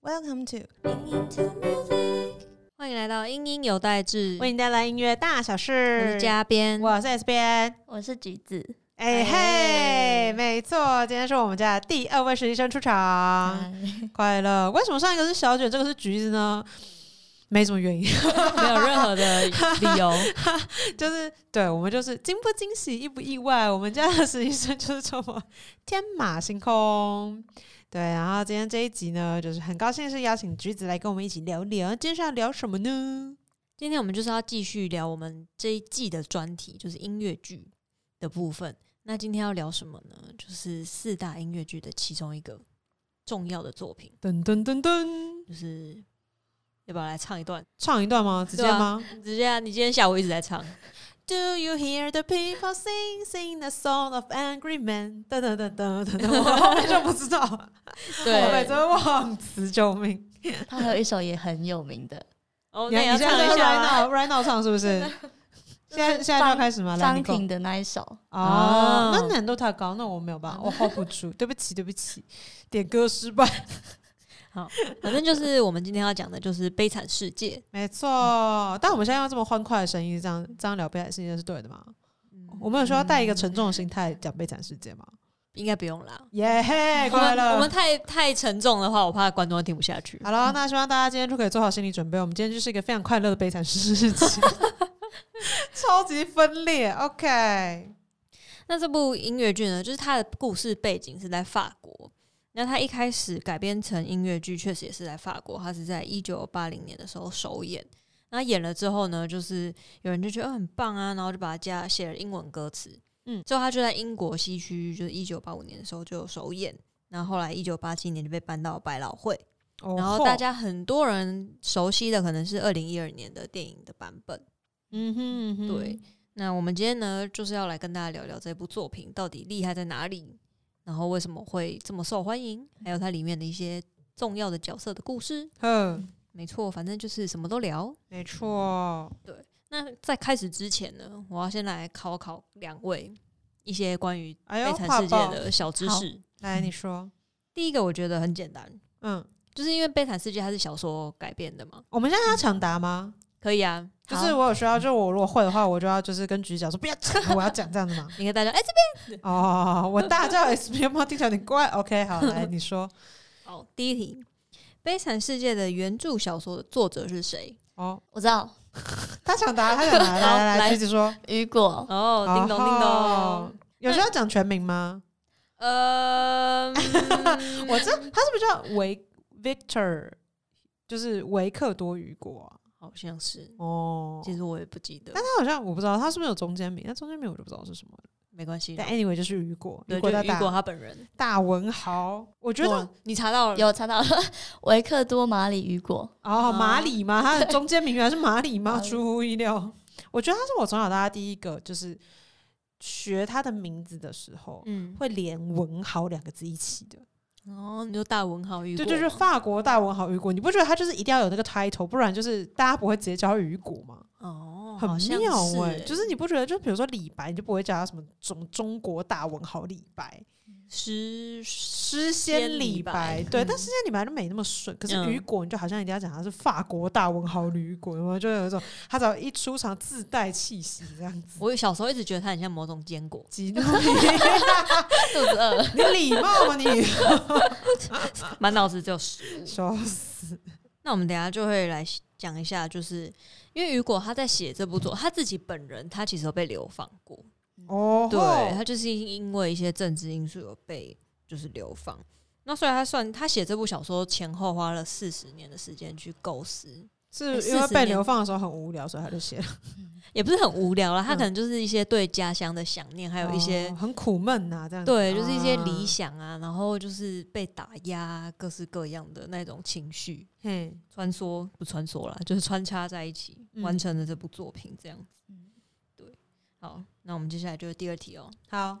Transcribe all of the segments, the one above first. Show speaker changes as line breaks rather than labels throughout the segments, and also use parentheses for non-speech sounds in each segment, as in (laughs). Welcome to
欢迎来到英英有代志，我
为你带来音乐大小
是
事。
嘉编，
我是 S 边。
我是橘子，
哎、
哎
嘿，没错，今天是我们家的第二位实习生出场，
嗨
快乐。为什么上一个是小卷，这个是橘子呢？没什么原因，
(laughs)
(laughs)
没有任何的理由， (laughs)
就是对我们就是惊不惊喜，意不意外，我们家的实习生就是这么天马行空。对，然后今天这一集呢，就是很高兴是邀请橘子来跟我们一起聊聊，今天是要聊什么呢？
今天我们就是要继续聊我们这一季的专题，就是音乐剧的部分。那今天要聊什么呢？就是四大音乐剧的其中一个重要的作品，
噔噔噔噔，
就是要不要来唱一段？
唱一段吗？直接吗、
直接啊！你今天下午一直
(laughs)
在唱，
d o you hear the people sing sing the song of angry men？噔噔噔噔噔
(laughs)
噔，我后面就不知道，我每次会忘词，救命！
他还有一首也很有名的，
哦，
你
那也
要
要
你现
唱
在
一
是
下吗
right now right now 唱是不
(laughs)
是？现在现在就要开始吗？来，
张
你
庭的那一首，
哦，那
哦
难度太高，那我没有办法，我 hold 不住，对不起，对不起，点歌失败， (laughs)
反正就是我们今天要讲的就是《悲惨世界》。
没错。但我们现在用这么欢快的声音，这样这样聊悲惨世界是对的吗？
嗯
我们有需要带一个沉重的心态讲悲惨世界
(laughs)
吗？
应该不用啦。
耶嘿，
我
(laughs) 快
们
乐！
我们太太沉重的话，我怕观众听不下去。
好了，那希望大家今天就可以做好心理准备。我们今天就是一个非常快乐的悲惨世
(laughs)
界，超级分裂。OK，
那这部音乐剧呢，就是它的故事背景是在法国。那它一开始改编成音乐剧，确实也是在法国，它是在一九八零年的时候首演。那演了之后呢，就是有人就觉得、哦很棒啊，然后就把它加写了英文歌词。
嗯
嗯，之后他就在英国西区，就是一九八五年的时候就有首演，然后后来一九八七年就被搬到百老汇。
哦
然后大，家很多人熟悉的可能是二零一二年的电影的版本。
嗯哼嗯哼，
对，那我们今天呢，就是要来跟大家聊聊这部作品到底厉害在哪里，然后为什么会这么受欢迎，还有它里面的一些重要的角色的故事。
嗯，
没错，反正就是什么都聊。
没错。
那在开始之前呢，我要先来考考两位一些关于
哎
悲
呦，
惨
画
世界
报，
的嗯小知识。
来你说，
第一个我觉得很简单，
嗯，
就是因为《悲惨世界》它是小说改编的嘛，
我们现在要抢答吗？
可以啊，
就是我有需要，就我如果会的话，我就要就是跟局长说不要 (laughs) 抢，我要讲这样子嘛。
你跟大家哎
哦，我大叫 S B M 听起来有点怪。OK，好，来你说。
好，第一题，《悲惨世界》的原著小说的作者是谁？
哦，
我知道
他抢答，他抢答，来来来，
来
橘子说。
雨果，
哦，叮咚叮
哦
咚，。
有需
嗯
要讲全名吗？(laughs)
呃，
我这他是不是叫维 Victor？就是维克多雨果啊、
好像是，
哦，
其实我也不记得
但，他好像我不知道他是不是有中间名，但中间名我就不知道是什么了。
没关系啦。
但 anyway 就是雨果，
对，就
果
是
大
雨果
大
他本人，
大文豪，我觉得
哇你查到了，
有查到了维克多·马里雨果，
哦，
哦
马里吗？他的中间名原来是马里吗？
(laughs)
马里
出乎意料，我觉得他是我从小到大第一个，就是学他的名字的时候、
嗯，
会连文豪两个字一起的。
哦，你说大文豪雨果
对，
吗，
就是法国大文豪雨果，你不觉得他就是一定要有那个 title，不然就是大家不会直接叫他雨果吗？
哦，
很
好像
妙
是
哎、
欸
就是你不觉得？就比如说李白，你就不会叫他什么中中国大文豪李白、
诗
诗仙
仙
李
李 (laughs) 白
对，
嗯
但诗仙李白就没那么顺。可是
嗯
雨果，你就好像一定要讲他是法国大文豪雨果，有没有？就有一种他只要一出场自带气息这样子。
我小时候一直觉得他很像某种坚果，
激动你，
肚子饿，
(laughs) 你礼貌吗你？
满脑子只有食物。
笑死！
那我们等一下就会来讲一下，就是因为雨果他在写这部作，他自己本人他其实有被流放过，
哦，
对他就是因为一些政治因素有被就是流放。那所以他算他写这部小说前后花了四十年的时间去构思，
是因
40
为被
年
流放的时候很无聊，所以他就写了，
也不是很无聊啦。他
嗯
可能就是一些对家乡的想念，还有一些、
哦很苦闷呐，这样子
对，就是一些理。
啊
想啊，然后就是被打压，啊各式各样的那种情绪
嘿，
穿梭不穿梭啦，就是穿插在一起，
嗯
完成了这部作品这样子。
嗯
对，好，那我们接下来就是第二题哦，
好。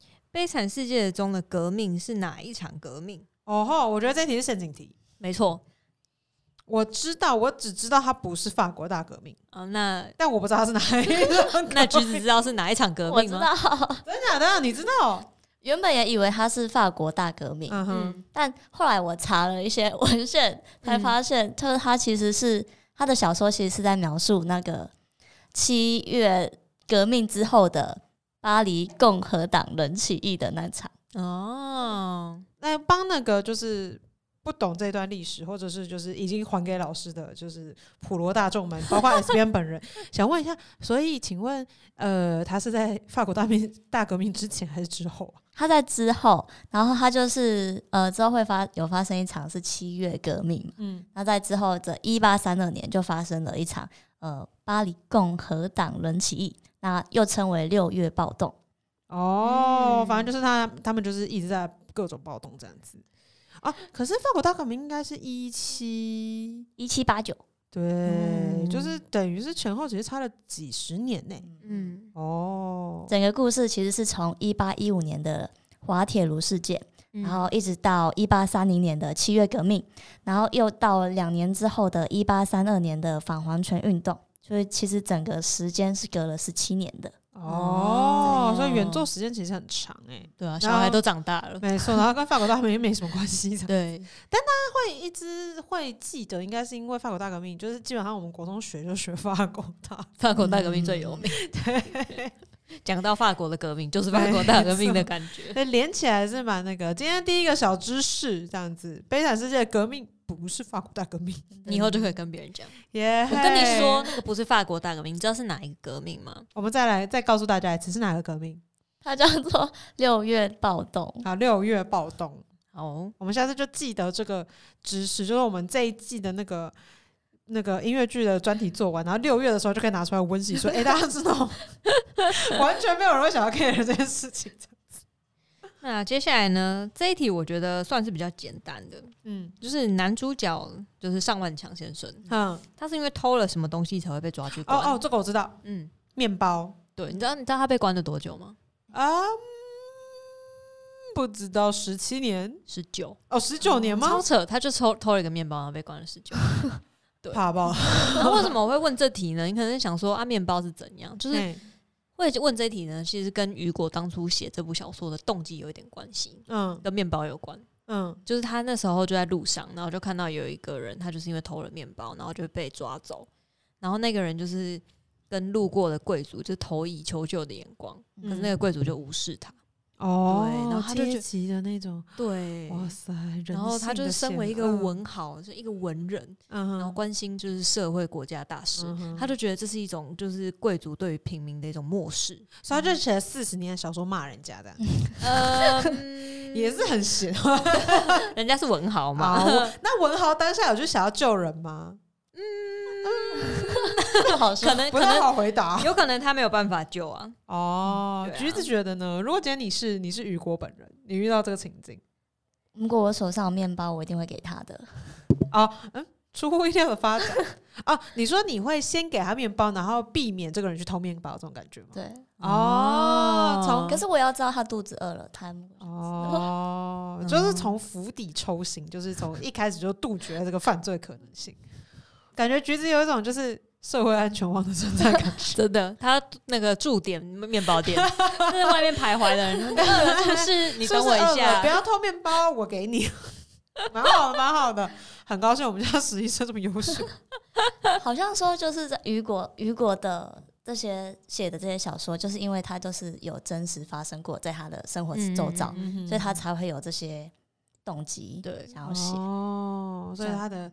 《悲惨世界》中的革命是哪一场革命？
哦吼，我觉得这题是陷阱题。
没错，
我知道，我只知道它不是法国大革命，
啊， (laughs) 那
但我不知 (laughs) 道它是哪一种革命。
(laughs) 那橘子知道是哪一场革
我
命
知
吗？
道
真假的？你知道？
原本也以为它是法国大革命，
嗯哼，
嗯，
但后来我查了一些文献，才
嗯
发现，就是他其实是他的小说，其实是在描述那个七月革命之后的巴黎共和党人起义的那场。
嗯哦，
那帮那个就是不懂这段历史，或者是就是已经还给老师的，就是普罗大众们， (laughs) 包括 S B N 本人，想问一下，所以请问，呃，他是在法国大命大革命之前还是之后啊？
他在之后，然后他就是呃之后会发有发生一场是七月革命嘛，
嗯，
那在之后的一八三二年就发生了一场呃巴黎共和党人起义，那又称为六月暴动。
哦，
嗯
反正就是他他们就是一直在各种暴动这样子。啊，可是法国大革命应该是一七，
一七八九，
对，
嗯
就是等于是前后只是差了几十年呢、
嗯，
哦，
整个故事其实是从一八一五年的滑铁卢事件，
嗯
然后一直到一八三零年的七月革命，然后又到两年之后的一八三二年的反皇权运动，所以其实整个时间是隔了十七年的。
哦，
哦
所以原作时间其实很长哎、
对啊，
然
小
后
孩都长大了，
没 (laughs) 错，然后跟法国大革命没什么关系。这样
对，
会一直会记得，应该是因为法国大革命，就是基本上我们国中学就学法国大革
(laughs) 法国大革命最有名。
命，
嗯讲到法国的革命，就是法国大革命的感觉。
对，连起来是蛮那个。今天第一个小知识这样子，悲惨世界的革命不是法国大革命，
你以后就可以跟别人讲，
(laughs) 耶、
我跟你说，，那个不是法国大革命，你知道是哪一个革命吗？
我们再来再告诉大家一次是哪个革命？
(laughs) 它叫做六月暴动。 (laughs)
好，六月暴动。
哦，
我们下次就记得这个知识，就是我们这一季的那个那个音乐剧的专题做完，然后六月的时候就可以拿出来温习，说：“哎、大家知道吗， (laughs) 完全没有人会想要 care 这件事情。
那接下来呢？这一题我觉得算是比较简单的，
嗯”
就是男主角就是上万强先生，
嗯嗯，
他是因为偷了什么东西才会被抓去
哦
关。
哦，这个我知道，
嗯，
面包
对，你知道你知道他被关了多久吗？
啊、嗯不知道十七年
十九，
哦，十九年
超
吗？
扯！他就偷偷了一个面包，然后被关了
(laughs)
十九。对
怕爆，
然后为什么我会问这题呢？你可能想说啊，面包是怎样？就是
嘿
会问这题呢，其实跟雨果当初写这部小说的动机有一点关系，
嗯
跟面包有关。
嗯
就是他那时候就在路上，然后就看到有一个人，他就是因为偷了面包，然后就被抓走。然后那个人就是跟路过的贵族就投以求救的眼光，嗯可是那个贵族就无视他。
嗯哦，
对然后他就觉
阶级的那种，
对
哇塞，
然后他就是身为一个
文，
文豪，就一个文人，
嗯哼
然后关心就是社会国家大事，
嗯哼
他就觉得这是一种就是贵族对于平民的一种漠视。
所以他就写了四十年的小说骂人家的，
呃， (laughs)
也是很闲
人家是文豪嘛，
啊。我那文豪当下有就想要救人吗？
不好
可能
不
可
太
能
好回答
有可能他没有办法救啊。
哦
嗯对。啊
橘子觉得呢？如果今天你是你是雨果本人，你遇到这个情境
如果我手上有面包，我一定会给他的。
哦，嗯，出乎意料的发展哦。你说你会先给他面包，然后避免这个人去偷面包这种感觉吗？
对，
哦，从
可是我呃要知道他肚子饿了，他
哦，就是从釜底抽薪，就是从一开始就杜绝了这个犯罪可能性。感觉橘子有一种就是社会安全网的存在感。
真的，他那个驻点面包 (laughs) 店在外面徘徊的 (laughs) 人，是不是？你
是不
等
是
我一
饿了
下
不，要偷面包，我给你。 (laughs) 蛮好的，蛮好的，很高兴我们家实习生这么优秀。
好像说就是在雨果雨果的这些写的这些小说，就是因为他就是有真实发生过在他的生活周
啊
遭，
(laughs) 嗯
所以他才会有这些动机，
对
想要写。
哦，所以他的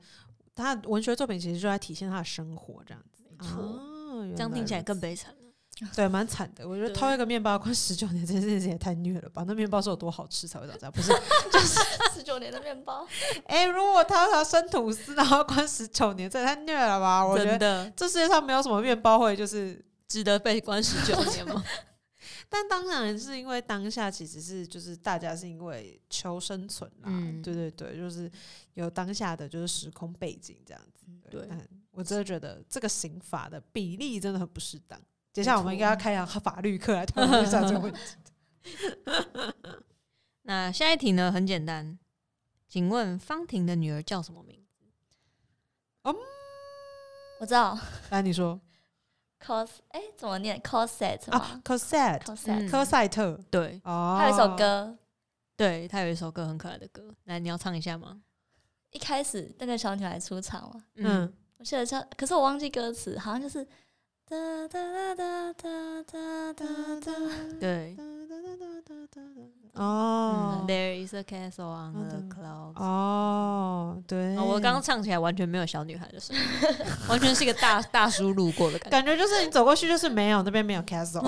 他的文学作品其实就在体现他的生活这样子。
没错
哦原
这样听起来
如
更悲惨了。
此对，蛮惨的。我觉得
对
偷一个面包关十九年这件事情也太虐了吧？那面包是有多好吃才会长这样？不是， (laughs)
十九年的面包，
哎、如果他要生吐司，然后关十九年，这也太虐了吧？我觉得
真的
这世界上没有什么面包会就是
值得被关十九年吗？ (laughs)
但当然是因为当下其实是就是大家是因为求生存啦，
嗯
对对对，就是有当下的就是时空背景这样子。
嗯对
但我真的觉得这个刑法的比例真的很不适当。接下来我们应该要开一堂法律课来讨论一下这个问题。 (laughs)
那下一题呢？很简单，请问方婷的女儿叫什么名？
嗯，
我知道
来你说，
cos 哎怎么念 coset
啊
吗
，Cosette，
？coset
嗯
科赛特
对
哦，
还有一首，歌，
对，他有一首歌很可爱的歌，来，你要唱一下吗？
一开始那个小女孩出场嘛，
嗯，
我记得叫，可是我忘记歌词，好像就是哒哒哒哒哒哒哒哒。
对。
哦
嗯，There is a castle on the
嗯
clouds。
哦，对，
哦我刚刚唱起来完全没有小女孩的声音， (laughs) 完全是一个大大叔路过的感
(laughs)
觉。
感觉就是你走过去就是没有，那边没 (laughs) 有 castle，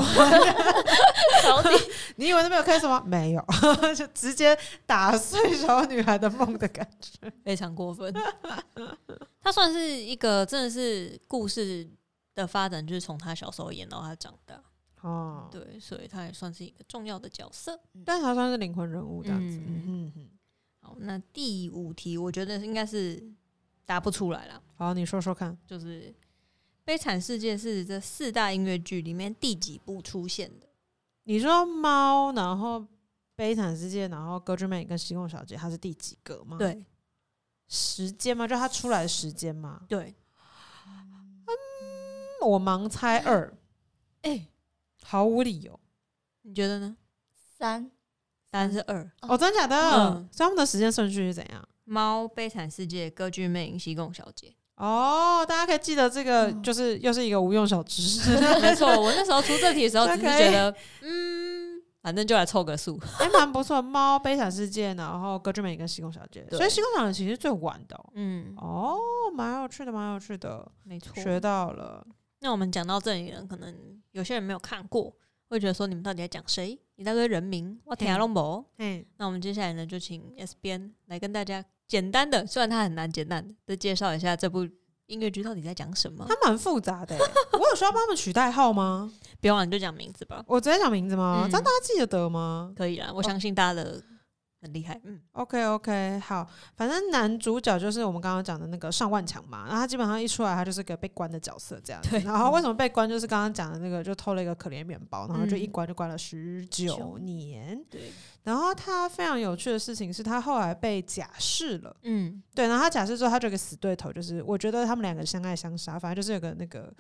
到底
(laughs) 你以为那边有 castle 吗？没有， (laughs) 就直接打碎小女孩的梦的感觉。
非常过分。 (laughs) 他算是一个真的是故事的发展，就是从他小时候演到他长大，
(laughs) 哦，
对，所以他也算是一个重要的角色。
但他算是灵魂人物这样子。嗯
嗯
嗯嗯。
好，那第五题我觉得应该是答不出来啦，
好，你说说看。
就是《悲惨世界》是这四大音乐剧里面第几部出现的？
你说猫，然后悲惨世界，然后歌剧魅影跟西贡小姐，它是第几个吗？，
对
时间吗？就它出来的时间吗？
对，
嗯我盲猜二，
哎、
毫无理由。
你觉得呢？
三
答案是二，
哦，真假的？
嗯
所以他们的时间顺序是怎样？
猫、悲惨世界、歌剧魅影、西贡小姐。
哦，大家可以记得这个，
嗯
就是又是一个无用小知识。
没错，我那时候出这题的时候，只是
OK
觉得，嗯，反正就来凑个数。
还哎蛮不错。猫、悲惨世界，然后歌剧魅影跟西贡小姐，
对
所以西贡小姐其实是最晚的哦、
嗯，
哦。蛮有趣的，蛮有趣的，
没错。
学到了。
那我们讲到这里呢，可能有些人没有看过，会觉得说你们到底在讲谁？一大堆人名，我听龙博。
嘿，
那我们接下来呢，就请 S 边来跟大家简单的，虽然它很难，简单的介绍一下这部音乐剧到底在讲什么
它。蛮复杂的欸、我有需要帮他们取代号吗？
别忘了你就讲名字吧，
(laughs) 我直接讲名字吗？
嗯
这样大家记得得吗
可以啦，我相信大家的很厉害。嗯，
？OK OK，好，反正男主角就是我们刚刚讲的那个上万强嘛，然后他基本上一出来，他就是个被关的角色这样子。
对
然后为什么被关，就是刚刚讲的那个，就偷了一个可怜面包，然后就
嗯
一关就关了十九
九
年。
对，
然后他非常有趣的事情是他后来被假释了，
嗯，
对，然后他假释之后，他就有个死对头，就是我觉得他们两个相爱相杀，反正就是有个那个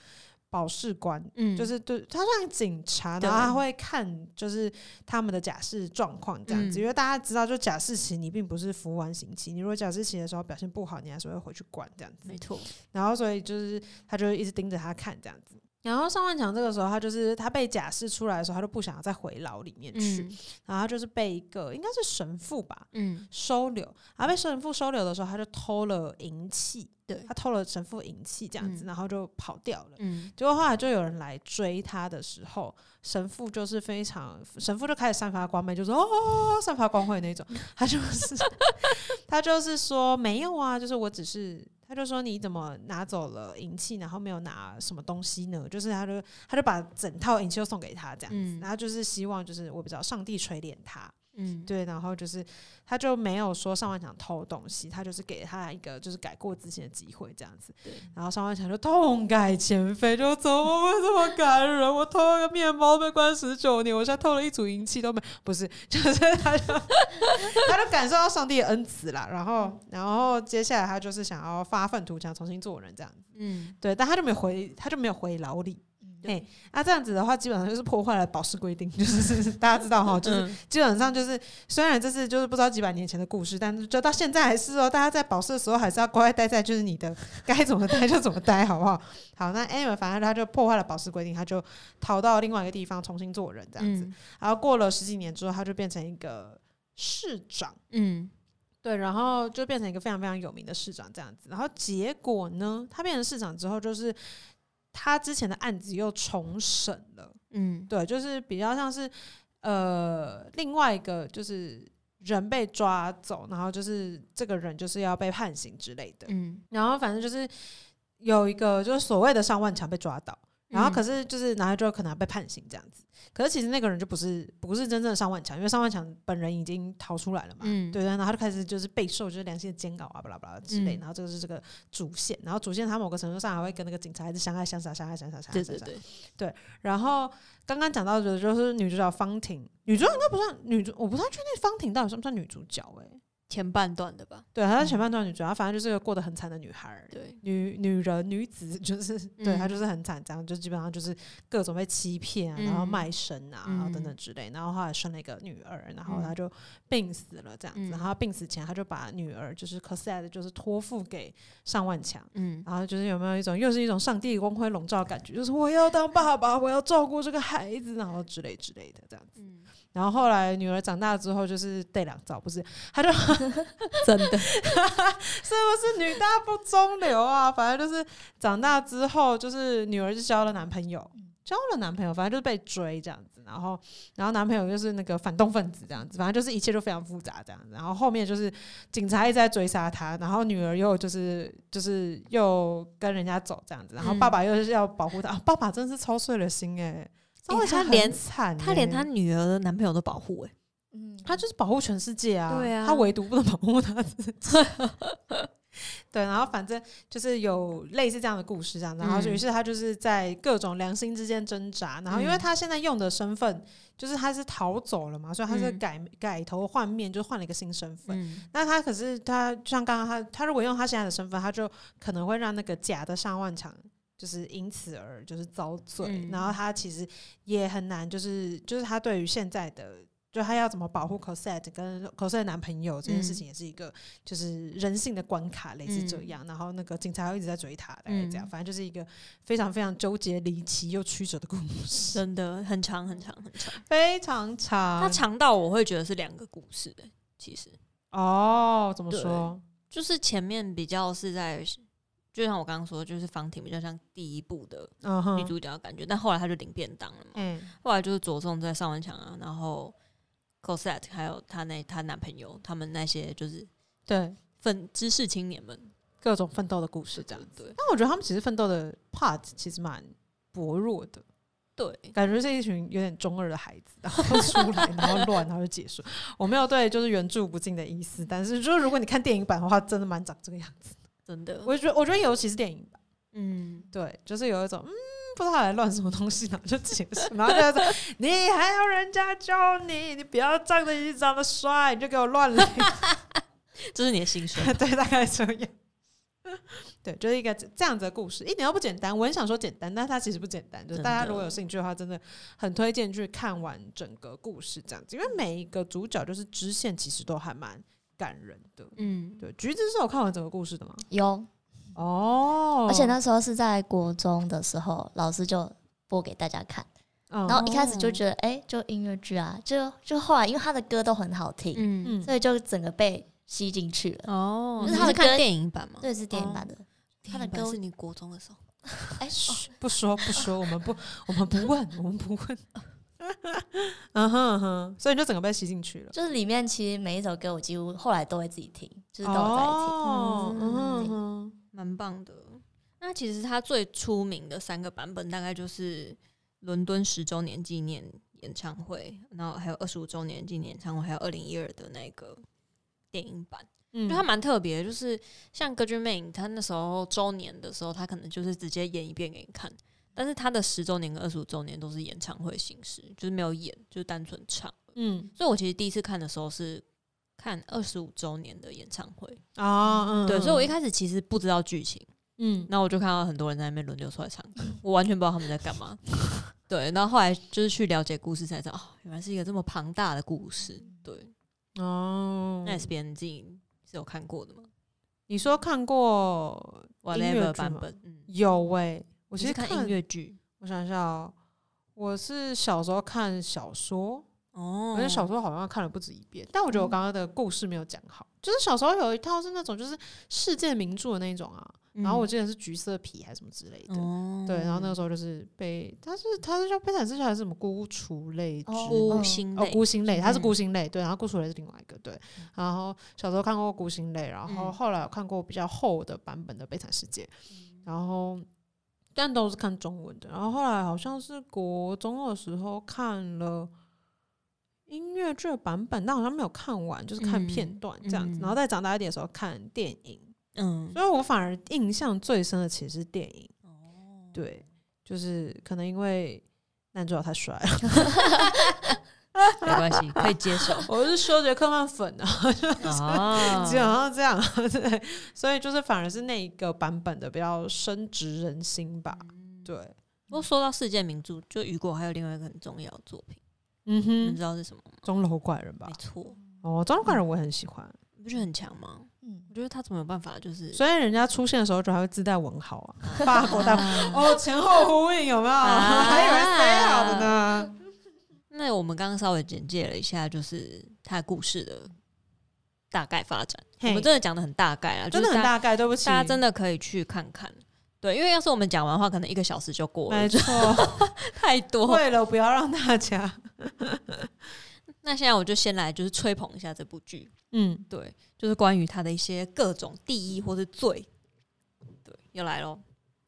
保释官，
嗯，
就是对他像警察，
对
然后他会看就是他们的假释状况这样子，
嗯
因为大家知道，就假释期你并不是服完刑期，你如果假释期的时候表现不好，你还是会回去关这样子
没，错，
然后所以就是他就一直盯着他看这样子。然后上万强这个时候，他就是他被假释出来的时候，他就不想要再回牢里面去，
嗯
然后他就是被一个应该是神父吧，
嗯，
收留，然后被神父收留的时候，他就偷了银器，
对
他，偷了神父银器这样子，
嗯
然后就跑掉了。
嗯
结果后来就有人来追他的时候，神父就是非常，神父就开始散发光芒，就说哦，散发光辉
(laughs)
那种。他就是他就是说没有啊，就是我只是，他就说你怎么拿走了银器，然后没有拿什么东西呢？就是他就他就把整套银器都送给他这样子，
嗯
然后就是希望就是我不知道上帝垂怜他，
嗯，
对，然后就是他就没有说上万强偷东西，他就是给他一个就是改过自新的机会这样子。
对
然后上万强就痛改前非，就怎么会这么感人？我偷了个面包被关十九年，我现在偷了一组银器都没，不是， (laughs) 就是他就他就感受到上帝的恩慈啦。然后，然后接下来他就是想要发愤图强，重新做人这样子。
嗯，
对，但他就没有回，他就没有回牢里。
对
哎，那、这样子的话，基本上就是破坏了保释规定，就是 (laughs) 大家知道哈，就是
嗯
基本上就是，虽然这是就是不知道几百年前的故事，但是就到现在还是哦，大家在保释的时候还是要乖乖待在，就是你的该怎么待就怎么待，好不好？好，那 (laughs) anyway，反正他就破坏了保释规定，他就逃到另外一个地方重新做人这样子。
嗯
然后过了十几年之后，他就变成一个市长，
嗯
对，然后就变成一个非常非常有名的市长这样子。然后结果呢，他变成市长之后，就是他之前的案子又重审了。
嗯
对，就是比较像是呃另外一个就是人被抓走，然后就是这个人就是要被判刑之类的。
嗯，
然后反正就是有一个就是所谓的上万强被抓到，然
嗯
后可是就是然后就可能被判刑这样子。可是其实那个人就不是不是真正的上万强，因为上万强本人已经逃出来了嘛。
嗯
对对，然后他就开始就是备受就是良心的煎熬啊，巴拉巴拉之类。
嗯
然后这个是这个主线，然后主线他某个程度上还会跟那个警察一直相爱相杀、相爱相杀、相爱
对
相
对
杀。
对，
然后刚刚讲到的就是女主角方婷，女主角应该不算女主，我不太确定方婷到底算不算女主角哎、
前半段的吧？
对，她是前半段女主，她反正就是个过得很惨的女孩儿。
对，
女女人女子就是对
嗯
她就是很惨，这样就基本上就是各种被欺骗啊，
嗯
然后卖身啊，然后等等
嗯
之类。然后后来生了一个女儿，然后
嗯
她就病死了这样子。
嗯
然后她病死前，她就把女儿就是 Cosette 就是托付给尚万强。
嗯，
然后就是有没有一种又是一种上帝光辉笼罩的感觉，就是我要当爸爸，我要照顾这个孩子，然后之类之类的这样子。
嗯
然后后来女儿长大之后，就是对两造，不是，她就
真
(laughs)
的，
是不是女大不中留啊？反正就是长大之后，就是女儿就交了男朋友，
嗯
交了男朋友，反正就是被追这样子。然后，然后男朋友就是那个反动分子这样子，反正就是一切就非常复杂这样子。然后后面就是警察一直在追杀她，然后女儿又就是就是又跟人家走这样子，然后
嗯
爸爸又是要保护她、啊爸爸真是操碎了心哎、欸。
欸他连
惨欸、
她连她女儿的男朋友都保护哎、
嗯，
他就是保护全世界啊，
对啊
他唯独不能保护他
(laughs)
自己。对，然后反正就是有类似这样的故事，这样子，然后
嗯
于是他就是在各种良心之间挣扎，然后因为
嗯
他现在用的身份就是他是逃走了嘛，所以他是
嗯
改、改头换面，就换了一个新身份。
嗯
那他可是他就像刚刚他他如果用他现在的身份，他就可能会让那个假的上万场就是因此而就是遭罪，
嗯
然后他其实也很难，就是就是他对于现在的。就他要怎么保护 Cosette 跟 Cosette 男朋友这件事情，也是一个就是人性的关卡，类似这样。然后那个警察又一直在追他，大概这样。
嗯
反正就是一个非常非常纠结、离奇又曲折的故事，
真的很长很长很长，
非常长。
它长到我会觉得是两个故事哎、其实
哦，怎么
对
说？
就是前面比较是在，就像我刚刚说，就是方婷比较像第一部的
嗯
女
哼，
主角的感觉，但后来她就领便当了嘛，
嗯
后来就是着重在上文强啊，然后 Cosette 还有她那她男朋友，他们那些就是
对，
粉知识青年们
各种奋斗的故事这样。
对
但我觉得他们其实奋斗的 part 其实蛮薄弱的，
对，
感觉是一群有点中二的孩子，然后出来，然后乱，然后就结 (laughs) 束。我没有对就是原著不敬的意思，但是就是如果你看电影版的话，真的蛮长这个样子。
真的，
我觉得，我觉得尤其是电影版，
嗯，
对，就是有一种嗯。不知道他在乱什么东西，然后就结束，然后就在说 (laughs) 你还要人家教你，你不要仗着你长得帅你就给我乱来，，
这是你的心声
(laughs) 对，大概这样。对，就是一个这这样子的故事，一点都不简单。我很想说简单，但它其实不简单。就是
真
大家
的
如果有兴趣的话，真的很推荐去看完整个故事这样子，因为每一个主角就是支线，其实都还蛮感人的。
嗯，
对，橘子是有看完整个故事的吗？
有，
哦，
而且，那时候是在国中的时候，老师就播给大家看，
然
然后一开始
哦
就觉得，哎、就音乐剧啊，就就后来因为他的歌都很好听，
嗯
嗯，
所以就整个被吸进去了。
哦，
就是
你
他的
是看
歌
电影版吗？
对，是电影版
哦
的。他的
电影版
歌
是你国中的时候，
哎、
嘘不说不说，我们不我们不问，我们不问。 (laughs) 嗯哼嗯哼，所以你就整个被吸进去了。
就是里面其实每一首歌我几乎后来都会自己听，就是都有在听。
哦，
嗯
嗯哼嗯哼。
蛮棒的。那其实他最出名的三个版本，大概就是伦敦十周年纪念演唱会，然后还有二十五周年纪念演唱会，还有二零一二的那个电影版。
嗯
就它蛮特别的，就是像《歌剧魅影》，它那时候周年的时候，它可能就是直接演一遍给你看，但是它的十周年跟二十五周年都是演唱会形式，就是没有演，就是单纯唱。
嗯
所以我其实第一次看的时候是看二十五周年的演唱会，
啊嗯，
对，所以我一
开
开始其实不知道剧情，
嗯
那我就看到很多人在那边轮流出来唱歌，我完全不知道他们在干嘛。 (laughs) 对，然后后来就是去了解故事才知道，哦，原来是一个这么庞大的故事。
嗯
对，
哦，
那也是别人自己是有看过的吗
你说看过音乐
？whatever
剧吗
版本，嗯，
有喂、我
我
其实
看音，乐剧
我想一下哦，我是小时候看小说，
哦
而且小说好像看了不止一遍，但我觉得我刚刚的故事没有讲好，
嗯
就是小时候有一套是那种就是世界名著的那种啊，
嗯
然后我记得是橘色皮还是什么之类的。
哦
对，然后那个时候就是被，他是他是叫悲惨世界还是什么孤雏类之
哦
孤
嗯
星
哦，
泪，
孤星泪，它是
嗯
孤星泪，对，然后孤雏类是另外一个，对。然后小时候看过孤星泪，然后
嗯
后来有看过比较厚的版本的《悲惨世界》，然
嗯
后但都是看中文的。然后后来好像是国中二的时候看了。音乐剧的版本，但好像没有看完，就是看片
嗯
段这样子，
嗯
然后再长大一点的时候看电影，
嗯
所以我反而印象最深的其实是电影。
哦嗯
对，就是可能因为男主角太帅了，
没关系，可以接
(laughs)
受
我是休杰克曼粉啊，
啊
嗯哦
基。本上 (laughs) 哦这样，啊对，所以就是反而是那一个版本的比较深植人心吧，对，
不过说到世界名著，就雨果还有另外一个很重要的作品，
嗯
你们
哼
知，道是什么吗？
钟楼怪人吧
没，错，
哦，钟楼怪人我也很喜欢，
你不觉得很强吗？
嗯
我觉得他怎么有办法就是
虽然人家出现的时候就还会自带文豪
(laughs)
啊，法国大哦前后呼应有没有？ (laughs)
啊
还以为谁好的呢？
那我们刚刚稍微简介了一下，就是它故事的大概发展。我
嘿
们真的讲的很大概啊，
真的
就是
很
大
大概，对不
家，
起，
大家真的可以去看看。对，因为要是我们讲完的话，可能一个小时就过了
没，错，
(laughs) 太多。
为了不要让大家，
(laughs) 那现在我就先来就是吹捧一下这部剧，
嗯，
对，就是关于它的一些各种第一或是罪。对，又来喽，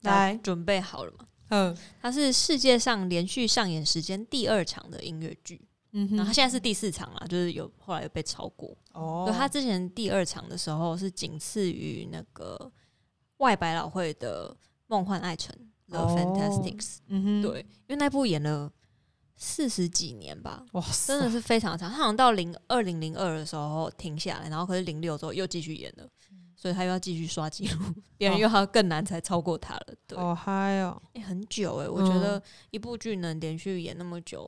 大
来
家准备好了吗？
嗯
它是世界上连续上演时间第二长的音乐剧，
嗯
然后它
哼，
现在是第四场啦，就是有后来有被超过。
哦
对，他之前第二场的时候是仅次于那个外百老汇的《梦幻爱城》The
哦
Fantastics，、
嗯哼，
对，因为那部演了四十几年吧，
哇塞，
真的是非常长。他好像到零二零零二的时候停下来，然后可是零六之后又继续演了，
嗯
所以他又要继续刷记
(laughs)
录，别人又要更难才超过他了。对，
好嗨哦，
欸很久哎、我觉得一部剧能连续演那么久，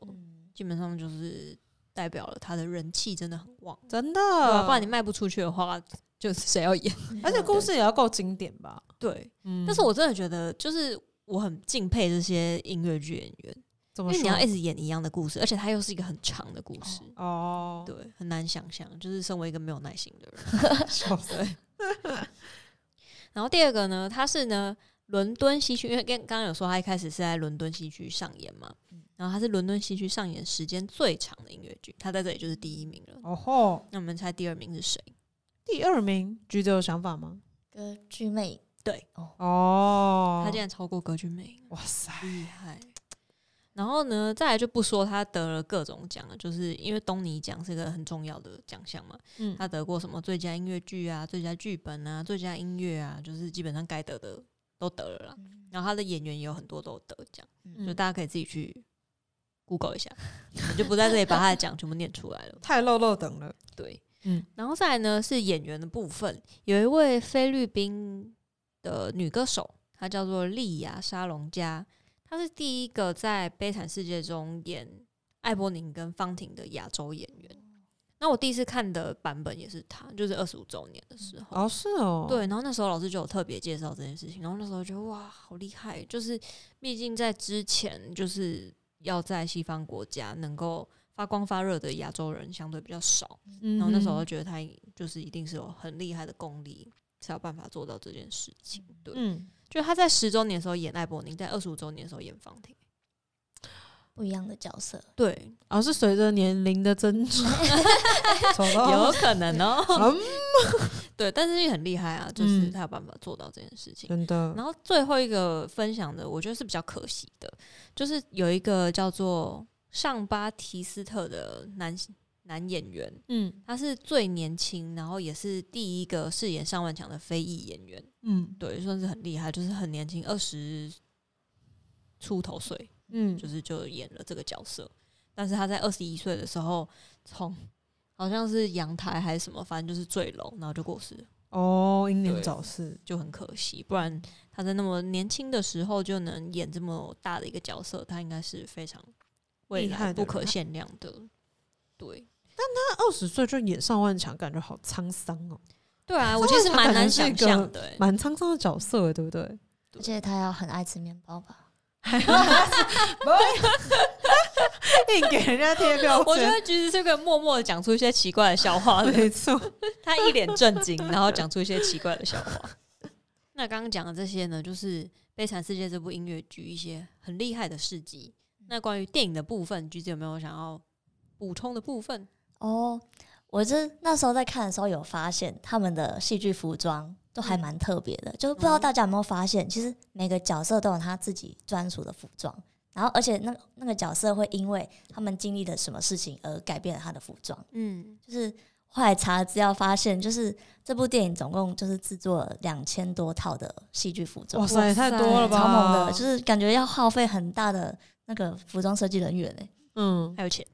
基本上就是代表了他的人气真的很旺。
真的
对、啊，不然你卖不出去的话，就是谁要演？
而
嗯
且故事也要够经典吧？
对，
嗯
但是我真的觉得，就是我很敬佩这些音乐剧演员，
怎么
因为
说？(laughs)
你要一直演一样的故事，而且它又是一个很长的故事，
哦，
对，很难想象，就是身为一个没有耐心的人。
笑死，
然后第二个呢，它是呢伦敦西区，因为跟刚刚有说它一开始是在伦敦西区上演嘛，
嗯
然后它是伦敦西区上演时间最长的音乐剧，它在这里就是第一名了。
(laughs) 哦吼，
那我们猜第二名是谁？
第二名，橘子有想法吗？
歌剧魅影
哦，
他竟然超过歌剧魅影，
哇塞，
厉害。然后呢，再来就不说他得了各种奖了，就是因为东尼奖是一个很重要的奖项嘛，
嗯
他得过什么最佳音乐剧啊、最佳剧本啊、最佳音乐啊，就是基本上该得的都得了啦。然后他的演员也有很多都得奖，
嗯
就大家可以自己去 Google 一下，我就不在这里把他的奖全部念出来了。
太漏漏等了，
对，
嗯，
然后再来呢是演员的部分，有一位菲律宾的女歌手，她叫做莉亚沙龙加，她是第一个在《悲惨世界》中演艾伯宁跟方婷的亚洲演员。那我第一次看的版本也是她，就是二十五周年的时候。
哦是哦，
对，然后那时候老师就有特别介绍这件事情，然后那时候觉得哇，好厉害！就是毕竟在之前，就是要在西方国家能够发光发热的亚洲人相对比较少，
嗯哼，
然后那时候就觉得他就是一定是有很厉害的功力，才有办法做到这件事情。对，
嗯，
就他在十周年的时候演艾伯宁，在二十五周年的时候演方婷。
不一样的角色，
对，
哦是随着年龄的增长， (laughs) 走到
(laughs) 有可能哦。
嗯，
(laughs) 对，但是也很厉害啊，就是
嗯
他有办法做到这件事情。
真的，
然后最后一个分享的，我觉得是比较可惜的，就是有一个叫做尚巴提斯特的男男演员，
嗯
他是最年轻，然后也是第一个饰演上万强的非裔演员，
嗯
对，算是很厉害，就是很年轻，二十出头岁，
嗯，
就是就演了这个角色。但是他在二十一岁的时候，从好像是阳台还是什么，反正就是坠楼，然后就过世了，
哦英年
对
早逝，
就很可惜。不然他在那么年轻的时候就能演这么大的一个角色，他应该是非常未
厉害的
来不可
人啊
限量的。对，
那二十岁就演上万强，感觉好沧桑哦，
对啊，我其实
他感
蛮
觉
难
是
想
一个
象的、欸。
蛮沧桑的角色欸耶，对不对？
而且他要很爱吃面包吧？
硬给人家贴标
(laughs) 我觉
签，
得橘子是个默默的讲出一些奇怪的
(laughs)
笑话的，
没错，
他一脸震惊，然后讲出一些奇怪的笑话。 (laughs) 那刚刚讲的这些呢，就是《悲惨世界》这部音乐剧一些很厉害的事迹。那关于电影的部分，橘子有没有想要补充的部分？
哦，我这那时候在看的时候有发现他们的戏剧服装都
嗯
还蛮特别的，就是不知道大家有没有发现，其实每个角色都有他自己专属的服装，然后而且那那个角色会因为他们经历了什么事情而改变了他的服装。
嗯，
就是后来查资料发现，就是这部电影总共就是制作了两千多套的戏剧服装
哇，塞，也太多了吧，
超猛的，就是感觉要耗费很大的那个服装设计人员哎、
嗯，
还有钱。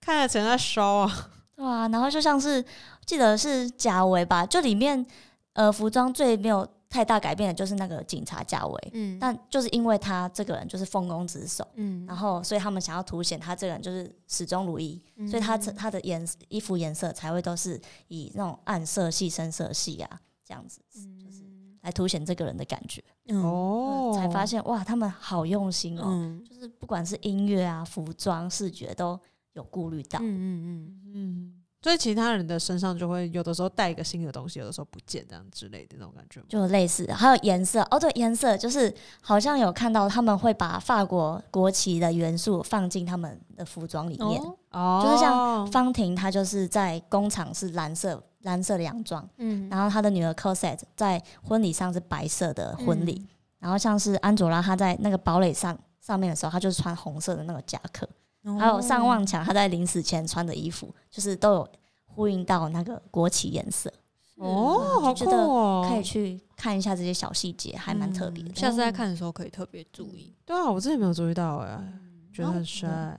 看着钱在烧啊，
对啊，然后就像是记得是贾维吧，就里面呃服装最没有太大改变的就是那个警察贾维，
嗯
但就是因为他这个人就是奉公职守，
嗯
然后所以他们想要凸显他这个人就是始终如一，
嗯
所以他这他的颜衣服颜色才会都是以那种暗色系、深色系啊这样子
就是
来凸显这个人的感觉。
哦，
嗯才发现哇，他们好用心哦，
嗯
就是不管是音乐啊、服装、视觉都有顾虑到。
嗯
嗯，所以其他人的身上就会有的时候带一个新的东西，有的时候不见这样之类的那种感觉吗。
就类似，还有颜色哦，对，颜色就是好像有看到他们会把法国国旗的元素放进他们的服装里
嗯
面。
哦
就是像方婷，她就是在工厂是蓝色蓝色的洋装，
嗯
然后她的女儿 Cosette 在婚礼上是白色的
嗯
婚礼，然后像是安卓拉，她在那个堡垒上上面的时候，她就是穿红色的那个夹克，
嗯
还有
哦
上
哦
望墙，她在临死前穿的衣服，就是都有呼应到那个国旗颜色，
哦，好
嗯就觉
酷
得
哦，嗯
可以去看一下这些小细节，还蛮特别的。
嗯下次在看的时候可以特别注意。
对啊，我之前没有注意到哎、
嗯
觉得
然后
很帅。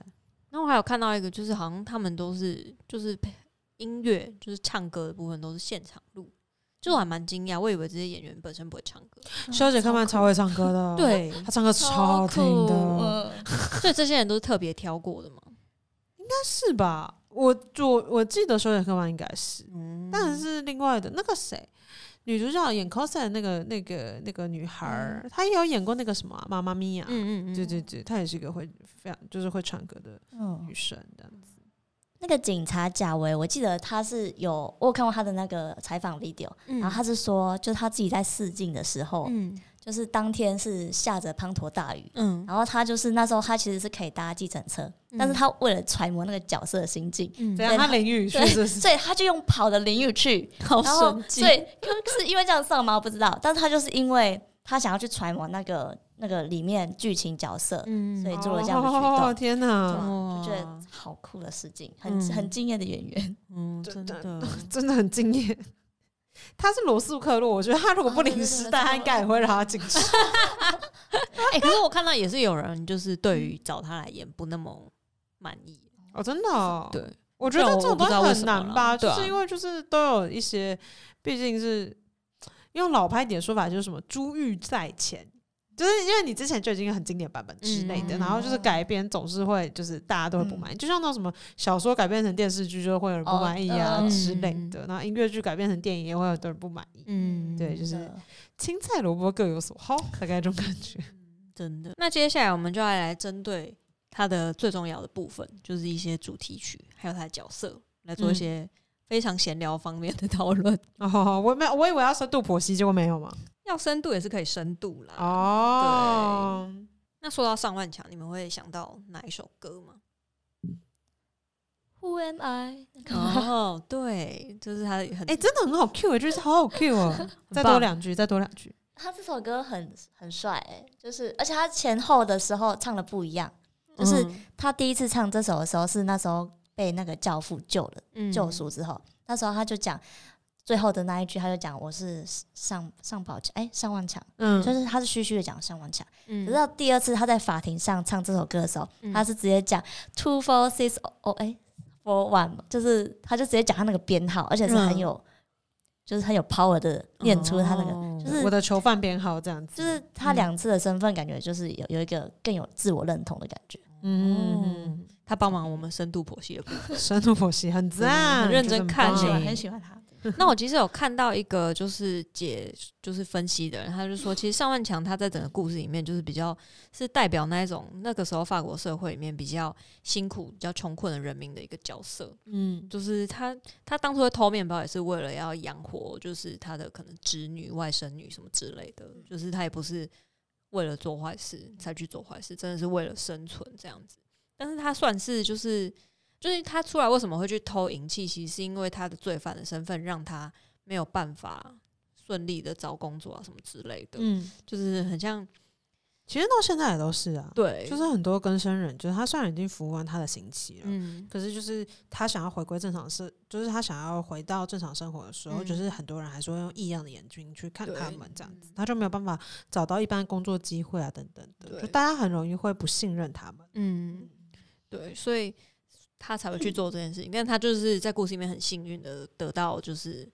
那我还有看到一个，就是好像他们都是就是配音乐，就是唱歌的部分都是现场录，就我还蛮惊讶，我以为这些演员本身不会唱歌。
嗯
修姐看曼超会唱歌的，，
对，
她唱歌超好听的，
呃
(laughs) 所以这些人都是特别挑过的嘛。
是吧？我我我记得修姐看曼应该是，
嗯，
但是另外的那个谁，女主角演 cos 的那个那个那个女孩儿，
嗯
她也有演过那个什么啊妈妈咪呀，
嗯嗯嗯，
对对对，她也是一个会非常就是会唱歌的
嗯
女生这样子。
那个警察贾维，我记得他是有我有看过他的那个采访 video，、
嗯，
然后他是说，就他自己在试镜的时候，
嗯
就是当天是下着滂沱大雨，
嗯，
然后他就是那时候他其实是可以搭计程车，但是他为了揣摩那个角色的心境，
嗯
怎样？啊她淋雨是
对，
不
(laughs)
是？
所以他就用跑的淋雨去，
好
然后
神经
所，以是因为这样上吗？不知道，但是他就是因为他想要去揣摩那个那个里面剧情角色，
嗯
所以做了这样的举动
哦 (laughs) 天
对
哪，
啊
哇
就觉得好酷的试镜，很、
嗯
很敬业的演员。
嗯，
对
真
对
的，
真的很敬业。 (laughs) 他是罗素克洛，我觉得他如果不
哦对
淋
对
湿
对
带，
对
他应该也会让他进去。
(laughs) 哎、可是我看到也是有人就是对于找他来演不那么满意，
哦，真的、哦，
对
我觉得
但
这
我
种东西
我不知道为
很
什么
难
啦
吧，
对
就
啊
是因为就是都有一些，毕竟是用老派一点说法就是什么“珠玉在前”，就是因为你之前就已经有很经典版本之类的，
嗯
然后就是改编总是会就是大家都会不满意，就像那种什么小说改编成电视剧就会有人不
哦
满意啊、
嗯
之类的，然后音乐剧改编成电影也会有很多人不满意，
嗯，
对，就是
对
青菜萝卜各有所好，大概这种感觉。
真的。那接下来我们就要来针对他的最重要的部分，就是一些主题曲，还有他的角色，来做一
嗯
些非常闲聊方面的 (laughs) 讨论。
哦，我没有，我以为要深度剖析，结果没有嘛。
要深度也是可以深度啦。
哦，
那说到上万强，你们会想到哪一首歌 (laughs) 吗？
Who am I？
哦，对，就是他很
哎、真的很好 Q，、欸、就是好好 Q 哦。再多两句，再多两句。
他这首歌很很帅、欸，就是而且他前后的时候唱的不一样。就是他第一次唱这首的时候是那时候被那个教父救了
嗯
救赎之后，那时候他就讲最后的那一句，他就讲我是上上宝强，哎、上万强，
嗯
就是他是虚虚的讲上万强。
嗯
直到第二次他在法庭上唱这首歌的时候，
嗯
他是直接讲 two four six oh 哎 four one，就是他就直接讲他那个编号，而且是很有、
嗯
就是很有 power 的念出他那个，
哦
就是
我的囚犯编号这样子。
就是他两次的身份感觉就是有有一个更有自我认同的感觉。
嗯，
他帮忙我们深度剖析的部
哦
分。
深度剖
(laughs)
析
嗯
很赞，
很认真看
我觉得很
你
棒欸
喜欢他。
那我其实有看到一个就是解就是分析的人，他就说，其实尚万强他在整个故事里面就是比较是代表那一种那个时候法国社会里面比较辛苦、比较穷困的人民的一个角色。
嗯
就是他他当初会偷面包也是为了要养活，就是他的可能侄女、外甥女什么之类的，
嗯
就是他也不是为了做坏事才去做坏事，真的是为了生存这样子。但是他算是就是就是他出来为什么会去偷银器，其实是因为他的罪犯的身份让他没有办法顺利的找工作啊什么之类的，
嗯，
就是很像。
其实到现在也都是啊，
对
就是很多更生人，就是他虽然已经服完他的刑期了，
嗯，
可是就是他想要回归正常生，就是他想要回到正常生活的时候，
嗯
就是很多人还是会用异样的眼睛去看
对
他们这样子，他就没有办法找到一般工作机会啊等等的，
对
就大家很容易会不信任他们。
嗯，对，所以他才会去做这件事情。但他就是在故事里面很幸运的得到就是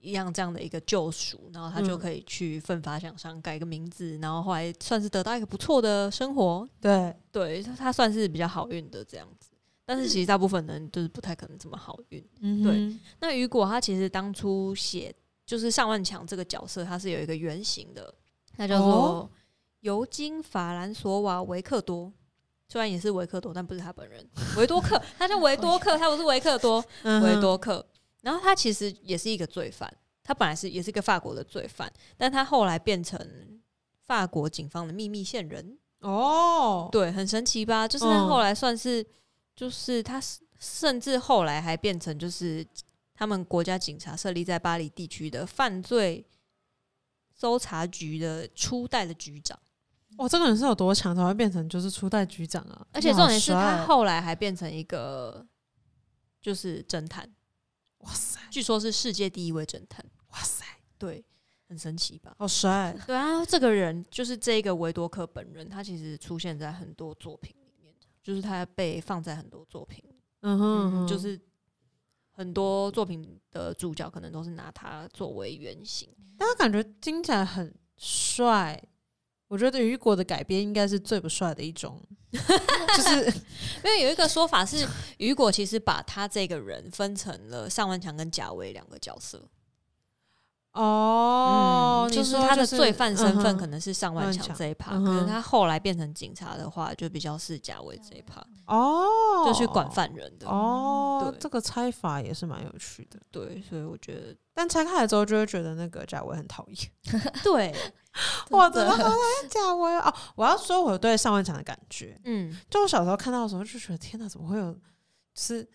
一样这样的一个救赎，然后他就
嗯
可以去奋发向上，改个名字，然后后来算是得到一个不错的生活。
对，
对他他算是比较好运的这样子。但是其实大部分人就是不太可能这么好运。
嗯
对
哼，
那雨果他其实当初写就是尚万强这个角色，他是有一个原型的，那叫做
哦
尤金·法兰索瓦·维克多。虽然也是维克多，但不是他本人，维多克，他叫维多克，他不是维克多，
嗯哼
维多克。然后他其实也是一个罪犯，他本来是也是一个法国的罪犯，但他后来变成法国警方的秘密线人。
哦，
对，很神奇吧？就是他
嗯
后来算是，就是他是甚至后来还变成就是他们国家警察设立在巴黎地区的犯罪搜查局的初代的局长，
哦，这个人是有多强才会变成就是初代局长啊？
而且重点是
哇
他
塞
后来还变成一个就是侦探，
哇塞，
据说是世界第一位侦探，
哇塞，
对，很神奇吧？
好帅！
对啊，这个人就是这个维多克本人，他其实出现在很多作品里面，就是他被放在很多作品里
嗯哼，嗯
嗯，
哼
就是很多作品的主角可能都是拿他作为原型。
但他感觉听起来很帅。我觉得雨果的改编应该是最不帅的一
(laughs)
种，就是
因为有一个说法 (laughs) 是，雨果其实把他这个人分成了尚万强跟贾维两个角色。
哦，你
嗯就是
说
他的罪犯身份可
嗯
能是尚万强这一趴，
嗯哼
可是他后来变成警察的话，就比较是贾维这一趴，
哼哦，
就去管犯人的。
哦
对，
这个拆法也是蛮有趣的。
对，所以我觉得
但拆开来之后，就会觉得那个贾维很讨厌。
(laughs) 对，
我怎
真
么
的
好讨厌贾维哦，我要说我对上万强的感觉，
嗯
就我小时候看到的时候，就觉得天哪，怎么会有就是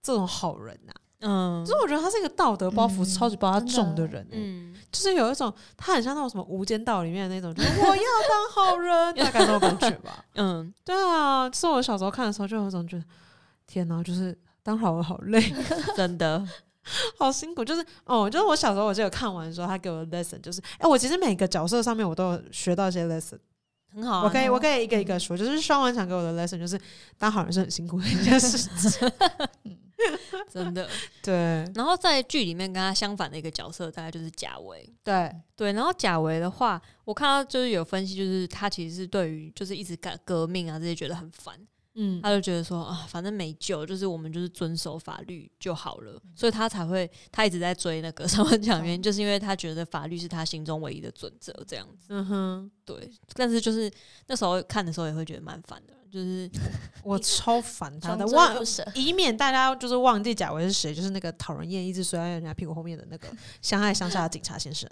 这种好人呐、
嗯
就是我觉得他是一个道德包袱
嗯
超级包他重的
真的
人、欸，
嗯，
就是有一种他很像那种什么《无间道》里面的那种，就是我要当好
(laughs)
人，大概那种感觉吧。
嗯，
对啊，就是我小时候看的时候，就有一种觉得天哪，就是当好人好累， (laughs)
真的，
好辛苦。就是哦，就是我小时候我记得看完的时候，他给我的 lesson 就是，哎、我其实每个角色上面我都有学到一些 lesson。
(laughs) 很好、啊。
我可以我可以一个一个说，就是双文强给我的 lesson 就是当好人是很辛苦的一件事情。 (laughs)
真的，
对
然后在剧里面跟他相反的一个角色，大概就是贾维。
对，
对，然后贾维的话，我看到就是有分析，就是他其实是对于就是一直改革命啊这些觉得很烦，
嗯
他就觉得说啊，反正没救，就是我们就是遵守法律就好了，所以他才会他一直在追那个 (laughs) 上万强的原因，就是因为他觉得法律是他心中唯一的准则这样子。
嗯哼，
对，但是就是那时候看的时候也会觉得蛮烦的，就是
我超烦他
穷
的，
追
忘
不舍，
以免大家就是忘记贾维是谁，就是那个讨人厌、一直睡在人家屁股后面的那个相爱相杀的警察先生。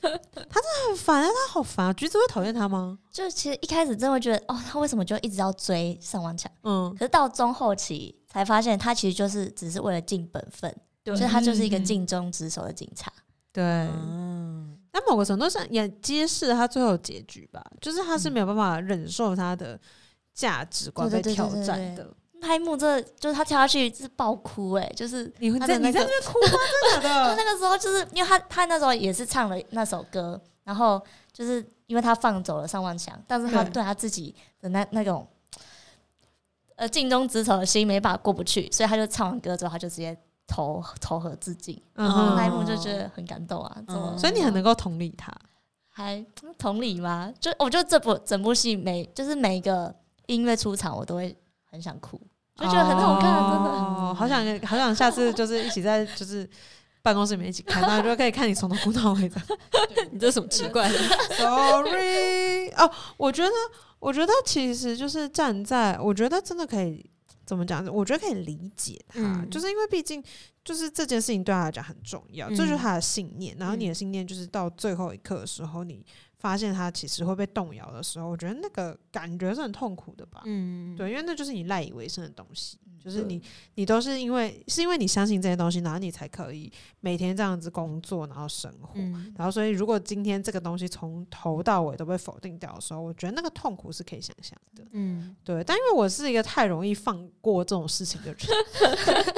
他真的很烦啊，他好烦啊！橘子会讨厌他
(laughs)
吗？
就其实一开始真的会觉得，哦，他为什么就一直要追上王强？
嗯
可是到中后期才发现，他其实就是只是为了尽本分，
对
就是他就是一个
嗯
尽忠职守的警察。
对。
嗯，
但某个程度上也揭示了他最后的结局吧，就是他是没有办法忍受他的价值观被
对对对
挑
对对
战的。
那一幕这就是他跳下去是爆哭哎、就是
你会
他
在你
的那
在
个哦
那边哭吗？真的假
(laughs) 那
的？
个时候就是因为他他那时候也是唱了那首歌，然后就是因为他放走了上万强，但是他
对
对他自己的那那种呃尽忠职守的心没办法过不去，所以他就唱完歌之后，他就直接投投河自尽。
嗯
然后
哼
那一幕就觉得很感动啊，怎么？
嗯
所以你很能够同理
(laughs)
他。
还同理吗？就我觉得这部整部戏每就是每一个音乐出场，我都会很想哭，就觉得很好看，真的。
哦，好想好想下次就是一起在就是办公室里面一起看，那就可以看你从头哭到尾的。
(laughs) 你这什么奇怪的？
Sorry，哦，我觉得，我觉得其实就是站在，我觉得真的可以怎么讲？我觉得可以理解他，
嗯
就是因为毕竟就是这件事情对他来讲很重要，这就是
嗯
他的信念。然后你的信念就是到最后一刻的时候，你发现他其实会被动摇的时候，我觉得那个感觉是很痛苦的吧？
嗯，
对，因为那就是你赖以为生的东西，就是你你都是因为是因为你相信这些东西，然后你才可以每天这样子工作，然后生活。
嗯，
然后，所以如果今天这个东西从头到尾都被否定掉的时候，我觉得那个痛苦是可以想象的。
嗯，
对，但因为我是一个太容易放过这种事情的人，就是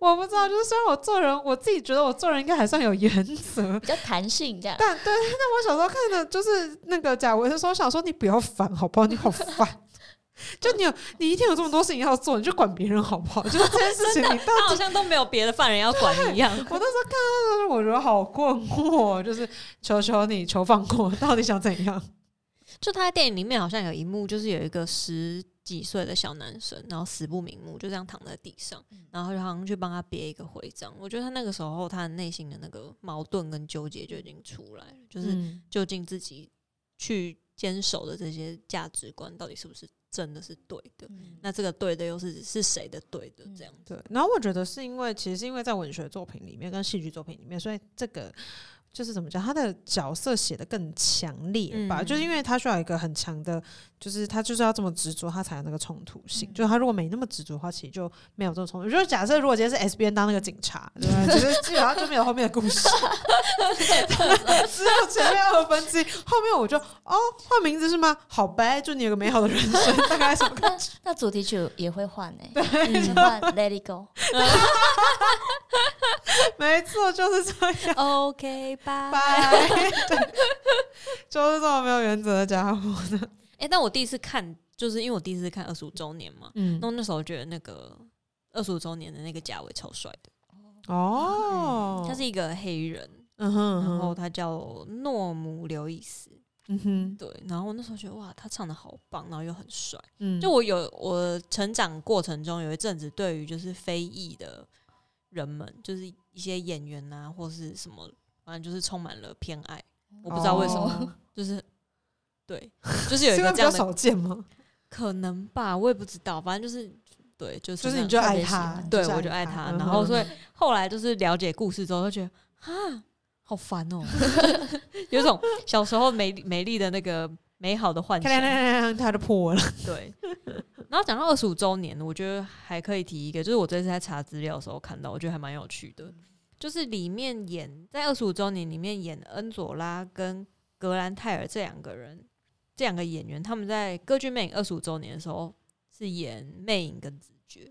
我不知道，就是虽然我做人，我自己觉得我做人应该还算有原则，
比较弹性这样。
但对，但我小时候看的就是那个贾维的时候，我想说你不要烦好不好？你好烦。就你有，你一天有这么多事情要做，你就管别人好不好？就是这件事情，你到
他好像都没有别的犯人要管一样。
(laughs) 我那时候看到的时候，我觉得好困惑，就是求求你，求放过，到底想怎样？
就他在电影里面好像有一幕，就是有一个十几岁的小男生，然后死不瞑目，就这样躺在地上，
嗯
然后就好像去帮他别一个徽章。我觉得他那个时候他的内心的那个矛盾跟纠结就已经出来了，就是
嗯，
究竟自己去坚守的这些价值观到底是不是真的是对的？
嗯
那这个对的又是是谁的对的？
(laughs)
这样子，
对。然后我觉得是因为，其实是因为在文学作品里面跟戏剧作品里面，所以这个就是怎么讲，他的角色写的更强烈吧，
嗯
就是因为他需要有一个很强的，就是他就是要这么执着，他才有那个冲突性。就是他如果没那么执着的话，其实就没有这种冲突。就是假设如果今天是 S B N 当那个警察，对吧？就是基本上就没有后面的故事。 (laughs) 只有前面二分之一，后面我就哦换名字是吗？好呗，祝你有个美好的人生，大概什么感
那那主题曲也会换哎、欸，先换 Let It Go，
觉？没错，就是这样。
OK 吧。 (laughs)
拜，对就是这么没有原则的家伙。
哎、但我第一次看，就是因为我第一次看二十五周年嘛，
嗯
然，后那时候觉得那个二十五周年的那个贾伟超帅的，
哦，
他是一个黑人，
嗯哼，
然
然
后
后
他叫诺姆刘易斯，
嗯哼，
对，然后我那时候觉得哇，他唱的好棒，然后又很帅。
嗯，
就我有我成长过程中有一阵子，对于就是非裔的人们，就是一些演员啊，或是什么，反正就是充满了偏爱。我不知道为什么，
哦
就是对，就是 (laughs) 有
是
一
因
个
为比较
这样的
少见吗？
可能吧，我也不知道，反正就是对，就是
就是
那
你就
样
爱
别喜
他
欢，
对
就是
我就爱他，
他，嗯
然后所
以
以后来就是了解故事之后，就觉得啊，好烦哦，有一种小时候美美丽的那个美好的幻
看看
想，
看看他就破了。
对。然后讲到二十五周年，我觉得还可以提一个，就是我这次在查资料的时候看到，我觉得还蛮有趣的，就是里面演在二十五周年里面演恩佐拉跟格兰泰尔这两个人，这两个演员他们在歌剧魅影二十五周年的时候是演魅影跟子爵，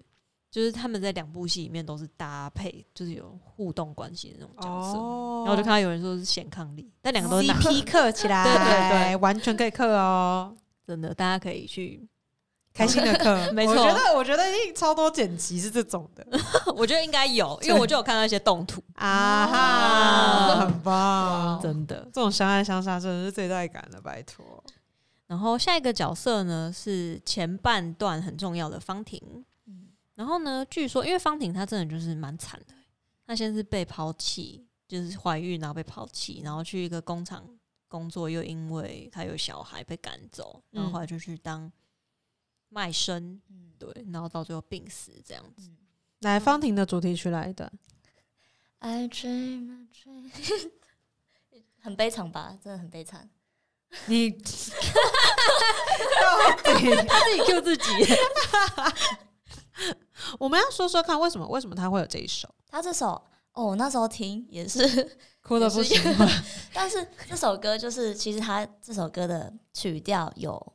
就是他们在两部戏里面都是搭配，就是有互动关系的那种角色。
哦
然后我就看到有人说是显抗力，但两个都是男
CP 克起来，
对对对
完全可以克
(laughs)
哦。
真的，大家可以去 (laughs)
开心的课，
没
我
错
觉得我觉得一定超多剪辑是这种的
(laughs) 我觉得应该有，因为我就有看到一些动图，
啊哈，很棒，
真的。
这种相爱相杀真的是最带感了，拜托。
然后下一个角色呢是前半段很重要的方婷，
嗯
然后呢，据说因为方婷她真的就是蛮惨的，她先是被抛弃，就是怀孕然后被抛弃，然后去一个工厂工作，又因为她有小孩被赶走，然后后来就去当卖身，
嗯
对，然后到最后病死这样子。
来，方婷的主题曲来 (laughs) 的，
，I dream a dream，很悲惨吧？真的很悲惨。
你到底 (laughs)
她 (laughs) 自己 Q (laughs) 自己，
我们要说说看，为什么为什么他会有这一首？
他这首哦，我那时候听也是，
哭
得
的不
不
行
行，但是这首歌就是其实他这首歌的曲调有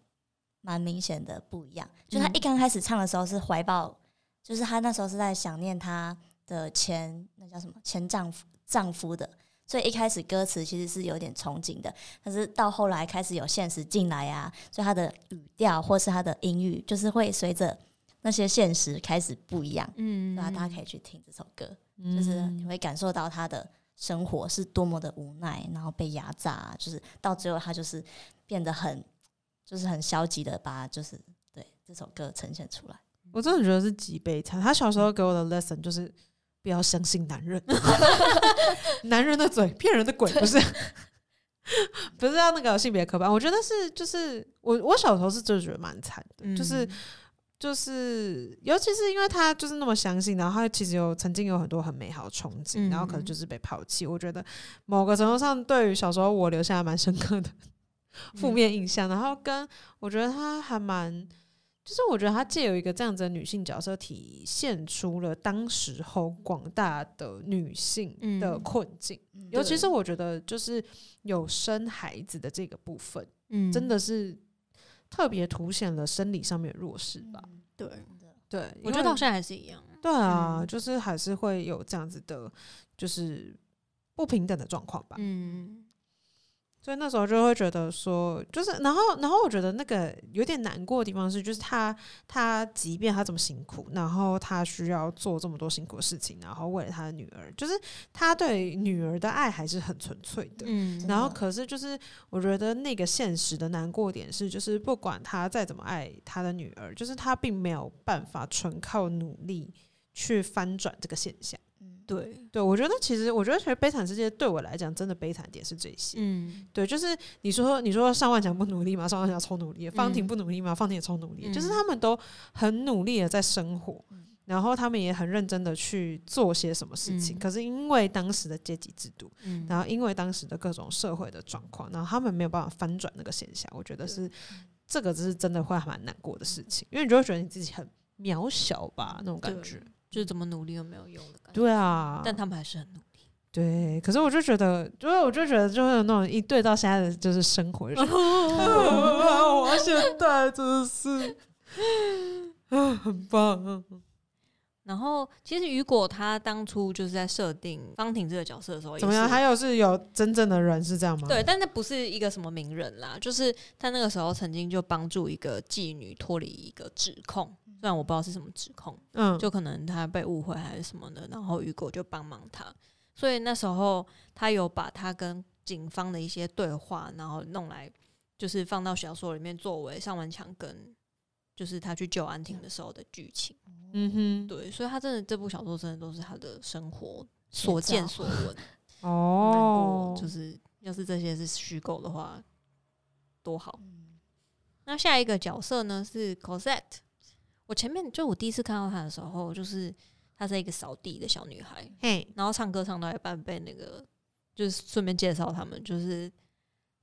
蛮明显的不一样，就他一刚开始唱的时候是怀抱，就是他那时候是在想念他的前那叫什么前丈夫丈夫的。所以一开始歌词其实是有点憧憬的，但是到后来开始有现实进来啊，所以他的语调或是他的音域，就是会随着那些现实开始不一样。
嗯
对啊，大家可以去听这首歌，
(laughs) 嗯
就是你会感受到他的生活是多么的无奈，然后被压榨啊，就是到最后他就是变得很，就是很消极的把，就是对这首歌呈现出来。
我真的觉得是极悲惨。他小时候给我的 lesson 就是不要相信男
(laughs)
人，男人的嘴骗人的鬼，不是。不是要那个性别刻板，我觉得是就是我我小时候是真的觉得蛮惨的，
嗯
就是就是，尤其是因为他就是那么相信，然后他其实有曾经有很多很美好的憧憬，
嗯
然后可能就是被抛弃。我觉得某个程度上，对于小时候我留
嗯
下蛮深刻的负面印象，然后跟我觉得他还蛮就是我觉得她借由一个这样子的女性角色，体现出了当时候广大的女性的
嗯
困境，尤其是我觉得就是有生孩子的这个部分，
嗯
真的是特别凸显了生理上面的弱势吧。
嗯
对，
对，
我
因
觉得
为
到现在还是一样。
对啊，
嗯
就是还是会有这样子的，就是不平等的状况吧。
嗯，
所以那时候就会觉得说，就是然后然后我觉得那个有点难过的地方是，就是他他即便他这么辛苦，然后他需要做这么多辛苦的事情，然后为了他的女儿，就是他对女儿的爱还是很纯粹的。
嗯
然后
的
可是就是我觉得那个现实的难过点是，就是不管他再怎么爱他的女儿，就是他并没有办法纯靠努力去翻转这个现象。
嗯对，
对我觉得其实我觉得其实悲惨世界对我来讲真的悲惨点是这些。
嗯，
对，就是你说你说上万强不努力吗？上万强超努力，方婷
嗯
不努力吗？方婷也超努力，就是
嗯
他们都很努力的在生活，然后他们也很认真的去做些什么事情。
嗯
可是因为当时的阶级制度，
嗯
然后因为当时的各种社会的状况，然后他们没有办法翻转那个现象，我觉得是
嗯
这个是真的会还蛮难过的事情，因为你就会觉得你自己很渺小吧，那种感
对
觉。
就是怎么努力都没有用的感觉。
对啊，
但他们还是很努力。
对，可是我就觉得，就是我就觉得，就是有那种一对到现在的就是生活，就觉
(laughs)
得啊我现在真的
(laughs)
是啊，很棒。
然后，其实雨果他当初就是在设定方婷这个角色的时候，
怎么样？他又是有真正的人是这样吗？
对，但那不是一个什么名人啦，就是他那个时候曾经就帮助一个妓女脱离一个指控，虽然我不知道是什么指控，
嗯，
就可能他被误会还是什么的，然后雨果就帮忙他，所以那时候他有把他跟警方的一些对话，然后弄来就是放到小说里面作为上完强跟就是他去救安婷的时候的剧情。
嗯
对，所以他真的这部小说真的都是他的生活所
写照 (laughs)
见所闻。
哼，
难过
哦，
就是要是这些是虚构的话，多好。
嗯
那下一个角色呢是 Cosette。我前面就我第一次看到她的时候，就是她是一个扫地的小女孩，
嘿，
然后唱歌唱到一半被那个就是顺便介绍他们，就是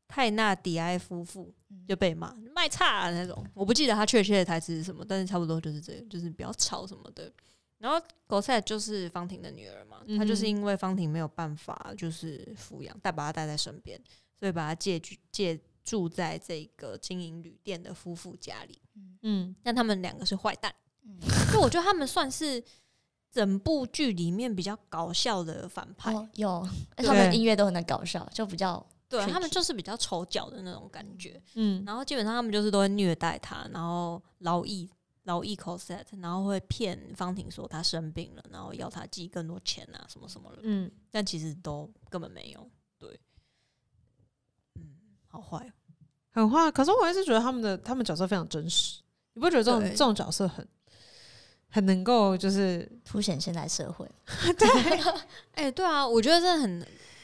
泰纳迪埃夫妇
嗯
就被骂卖差、啊那种。我不记得他确切的台词是什么，但是差不多就是这个，就是比较吵什么的。然后 Cosette 就是方婷的女儿嘛，
嗯哼
她就是因为方婷没有办法就是抚养，但把她带在身边，所以把她借居借住在这个经营旅店的夫妇家里。
嗯
但他们两个是坏蛋，
嗯
就我觉得他们算是整部剧里面比较搞笑的反派，
哦，
(laughs)
有，
对
他们音乐都很搞笑，就比较
对
tricky
他们就是比较丑角的那种感觉。
嗯，
然后基本上他们就是都会虐待他，然后劳役劳役 Cosette，然后会骗方婷说她生病了，然后要她寄更多钱啊什么什么的，
嗯，
但其实都根本没有。对，嗯，好坏哦，
很坏。可是我一直觉得他们的他们角色非常真实，你不觉得这种
对
这种角色很很能够就是
凸显现代社会。
哎、对啊，我觉得真的很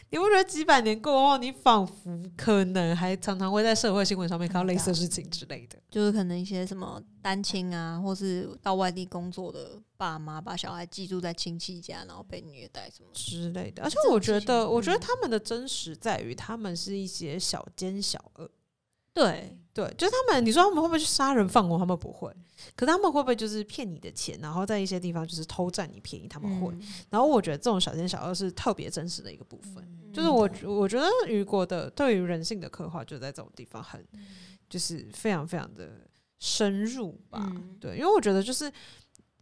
你不觉得几百年过后，你仿佛可能还常常会在社会新闻上
嗯
面看到
啊
类似的事情之类的？
就是可能一些什么单亲啊，或是到外地工作的爸妈，把小孩寄住在亲戚家，然后被虐待什么。
之类的，而且
这种
我觉
事情
得，我觉得
嗯
他们的真实在于，他们是一些小奸小恶，
对，
对，就是他们，你说他们会不会去杀人放火？他们不会，可是他们会不会就是骗你的钱，然后在一些地方就是偷占你便宜？他
他
们会。然后我觉得这种小奸小恶是特别真实的一个部分，
嗯
就是我我觉得雨果的对于人性的刻画就在这种地方很，
嗯
就是非常非常的深入吧。
嗯
对，因为我觉得就是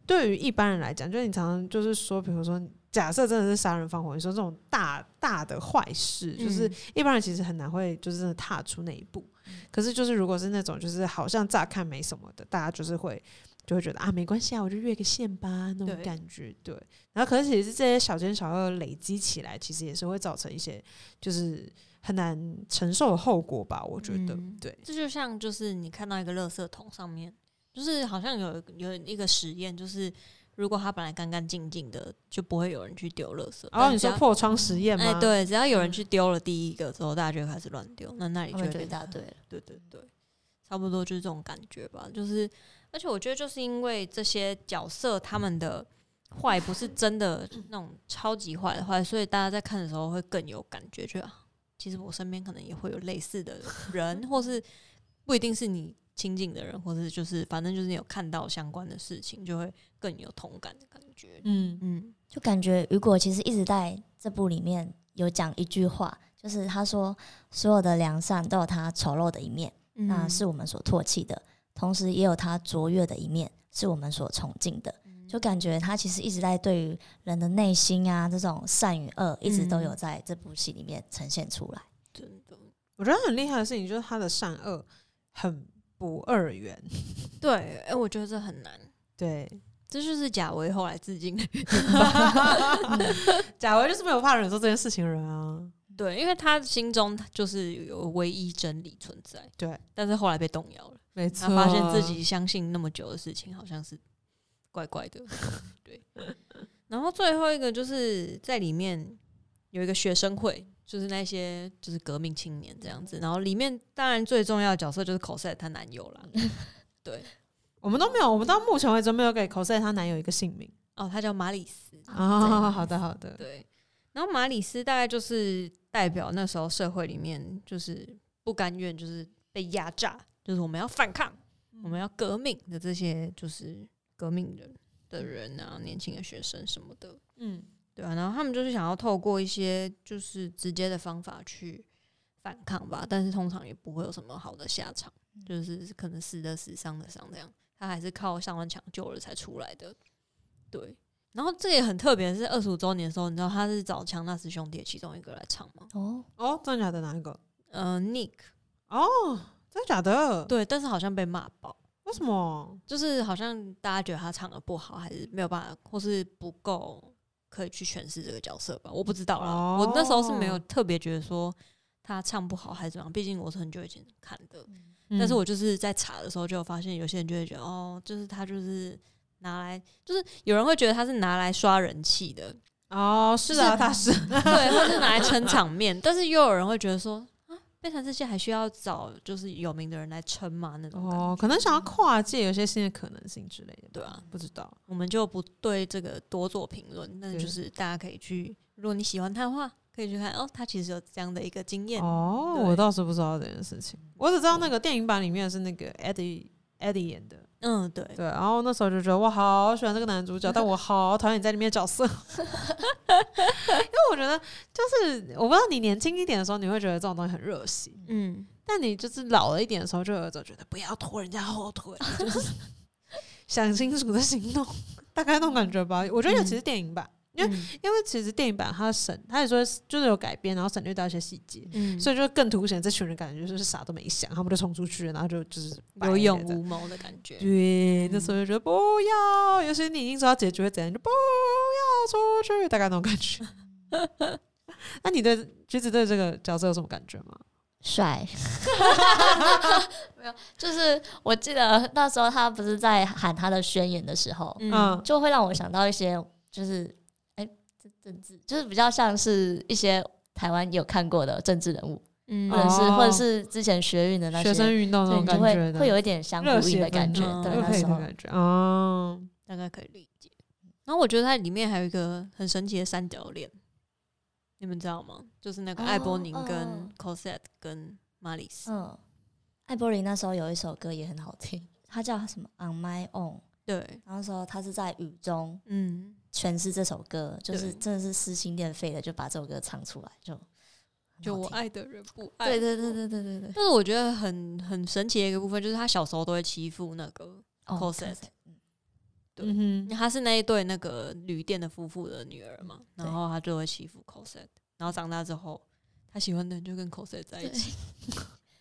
对于一般人来讲，就是你常常就是说，比如说假设真的是杀人放火，你说这种大大的坏事，就是
嗯
一般人其实很难会就是真的踏出那一步。可是就是如果是那种就是好像乍看没什么的，大家就是会。就会觉得啊，没关系啊，我就越个线吧，那种
对
感觉，对。然后，可是其实这些小奸小恶累积起来，其实也是会造成一些就是很难承受的后果吧，我觉得，
嗯
对。
这就像就是你看到一个垃圾桶上面，就是好像有有一个实验，就是如果它本来干干净净的，就不会有人去丢垃圾。
然哦后你
只
说
要
破窗实验吗？嗯
哎，对，只要有人去丢了第一个之后，大家就开始乱丢，那那里
哦
就会
他们就一
变得
大堆了，
对对对，差不多就是这种感觉吧。就是，而且我觉得就是因为这些角色他们的坏不是真的那种超级坏的坏，所以大家在看的时候会更有感觉，觉得啊其实我身边可能也会有类似的人，或是不一定是你亲近的人，或者就是反正就是你有看到相关的事情，就会更有同感的感觉。
嗯，
嗯，
就感觉雨果其实一直在这部里面有讲一句话，就是他说所有的良善都有它丑陋的一面，
嗯
啊
那是我们所唾弃的，同时也有它卓越的一面，是我们所崇敬的。就感觉他其实一直在对于人的内心啊，这种善与恶，一直都有在这部戏里面呈现出来。
真的
我觉得很厉害的事情就是他的善恶很不二元，
对，哎、我觉得这很难。 (laughs)
对，
这就是贾维后来致敬，
贾维就是没有办法忍受这件事情的人啊，
对，因为他心中就是有唯一真理存在，
对，
但是后来被动摇了，
没
他发现自己相信那么久的事情好像是怪怪的， (laughs) 对。然后最后一个就是在里面有一个学生会，就是那些就是革命青年这样子，然后里面当然最重要的角色就是 cos 她男友啦，对，
我们都没有，我们到目前为止都没有给 cos 她男友一个姓名
哦，他叫马里斯，
啊、好的，好的，
对，然后马里斯大概就是代表那时候社会里面就是不甘愿，就是被压榨，就是我们要反抗，我们要革命的这些就是革命人的人啊，年轻的学生什么的，
嗯，
对啊，然后他们就是想要透过一些就是直接的方法去反抗吧，但是通常也不会有什么好的下场，就是可能死的死，伤的伤这样。他还是靠上官抢救了才出来的，对。然后这个也很特别，是二十五周年的时候，你知道他是找强纳斯兄弟的其中一个来唱吗？
哦，
哦，真的假的哪一个？
呃，Nick
哦，真的假的？
对，但是好像被骂爆，
为什么？
就是好像大家觉得他唱的不好，还是没有办法，或是不够可以去诠释这个角色吧？我不知道啦，
哦
我那时候是没有特别觉得说他唱不好还是怎么样，毕竟我是很久以前看的。
嗯
嗯但是我就是在查的时候就有发现，有些人就会觉得哦，就是他就是拿来，就是有人会觉得他是拿来刷人
(laughs)
气的，
哦，是啊，
就是
他是
(laughs) 对，或是拿来撑场面，但是又有人会觉得说啊，变成这些还需要找就是有名的人来撑嘛那种感觉
哦，可能想要跨界有些新的可能性之类的吧，
对啊
不知道。
我们就不对这个多做评论，但
对
就是大家可以去，如果你喜欢他的话，可以去看哦，他其实有这样的一个经验，
哦，
对
我倒是不知道这件事情，我只知道那个电影版里面是那个 Eddie Eddie 演的，
嗯，对，
对，然后那时候就觉得我好喜欢这个男主角，但我好讨厌你在里面的角色，因 (laughs) 为我觉得就是我不知道你年轻一点的时候你会觉得这种东西很热血，
嗯，
但你就是老了一点的时候就有一种觉得不要拖人家后腿，就是 (laughs) 想清楚的行动，大概那种感觉吧。我觉得尤其是电影版，因为
为
因为其实电影版它省，它也说就是有改编，然后省略掉一些细节，
嗯，
所
以
以就更凸显这群人感觉就是啥都没想，他们就冲出去，然后就就是
有勇
无。
无谋的感觉，
对，那时候就觉得不要，尤其你已经知道结局会怎样，就不要出去，大概那种感
(laughs)
觉。那你对橘子对这个角色有什么感觉吗？
帅， (laughs) 没有，就是我记得那时候他不是在喊他的宣言的时候，
嗯，
就会让我想到一些，就是哎，这政治就是比较像是一些台湾有看过的政治人物，
嗯
或者是、
哦
或者是之前学运的那些，
学生运动那
所
种
以你
嗯
就
感
会
觉
会
的，
有一点相
热
呼应
血
的感觉
奔，放
对，
热
那
血
时
的
候
感觉啊。
大概可以理解。然后我觉得它里面还有一个很神奇的三角恋，你们知道吗？就是那个艾伯宁
哦
跟
嗯
Cosette 跟马里斯，
嗯，艾伯林那时候有一首歌也很好听，它叫什么《On My Own》，
对，
然后说他是在雨中
嗯，
诠释这首歌，就是
对
真的是撕心裂肺的就把这首歌唱出来，就很
嗯就
好
我
听
爱的人不爱，
对对对。对对对对，
但是我觉得很很神奇的一个部分，就是他小时候都会欺负那个，
哦
Cosette
嗯
对
嗯哼，
他是那一对那个旅店的夫妇的女儿嘛，
对
然后他就会欺负 Cosette，然后长大之后，他喜欢的人就跟 Cosette 在一起。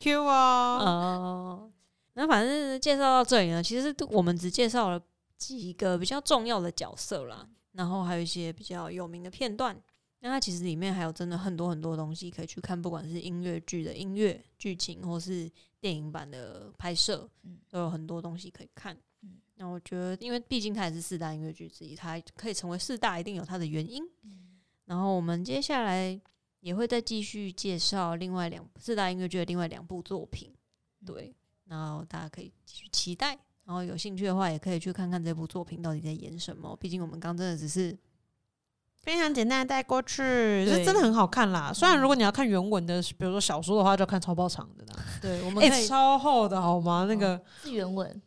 Q 啊，
嗯
哦，那反正介绍到这里呢，其实我们只介绍了几个比较重要的角色啦，然后还有一些比较有名的片段。那它其实里面还有真的很多很多东西可以去看，不管是音乐剧的音乐剧情，或是电影版的拍摄
嗯，
都有很多东西可以看
嗯。
那我觉得，因为毕竟它也是四大音乐剧之一，它可以成为四大，一定有它的原因。
嗯
然后我们接下来也会再继续介绍另外两四大音乐剧的另外两部作品。对，然后大家可以继续期待，然后有兴趣的话也可以去看看这部作品到底在演什么。毕竟我们刚真的只是
非常简单的带过去，
对
是真的很好看啦。虽
嗯
然如果你要看原文的，比如说小说的话，就要看超爆长的啦，
(laughs) 对，我们
哎、
可以
超厚的好吗？那个、
是原文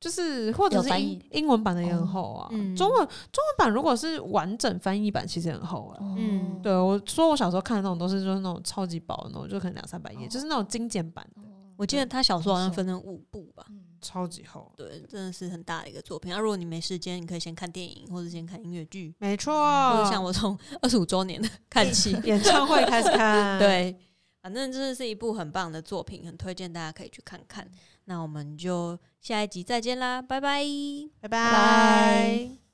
就是或者
有
是
翻
英
译
英文版的也很厚啊，
嗯
中文中文版如果是完整翻译版，其实很厚啊。
嗯
嗯，
对，我说我小时候看的那种都是就是那种超级薄的那种，就可能两三百页，就是那种精简版，
哦
我记得他小说好像分成五部吧。
嗯
超级厚。
对，真的是很大的一个作品。那、如果你没时间，你可以先看电影，或者先看音乐剧，
没错，
或者像嗯我从二十五周 (laughs) 年的看起。
演唱会开始看，，
(laughs) 对，反正真的是一部很棒的作品，很推荐大家可以去看看。那我们就下一集再见啦，拜拜。
拜
拜
拜。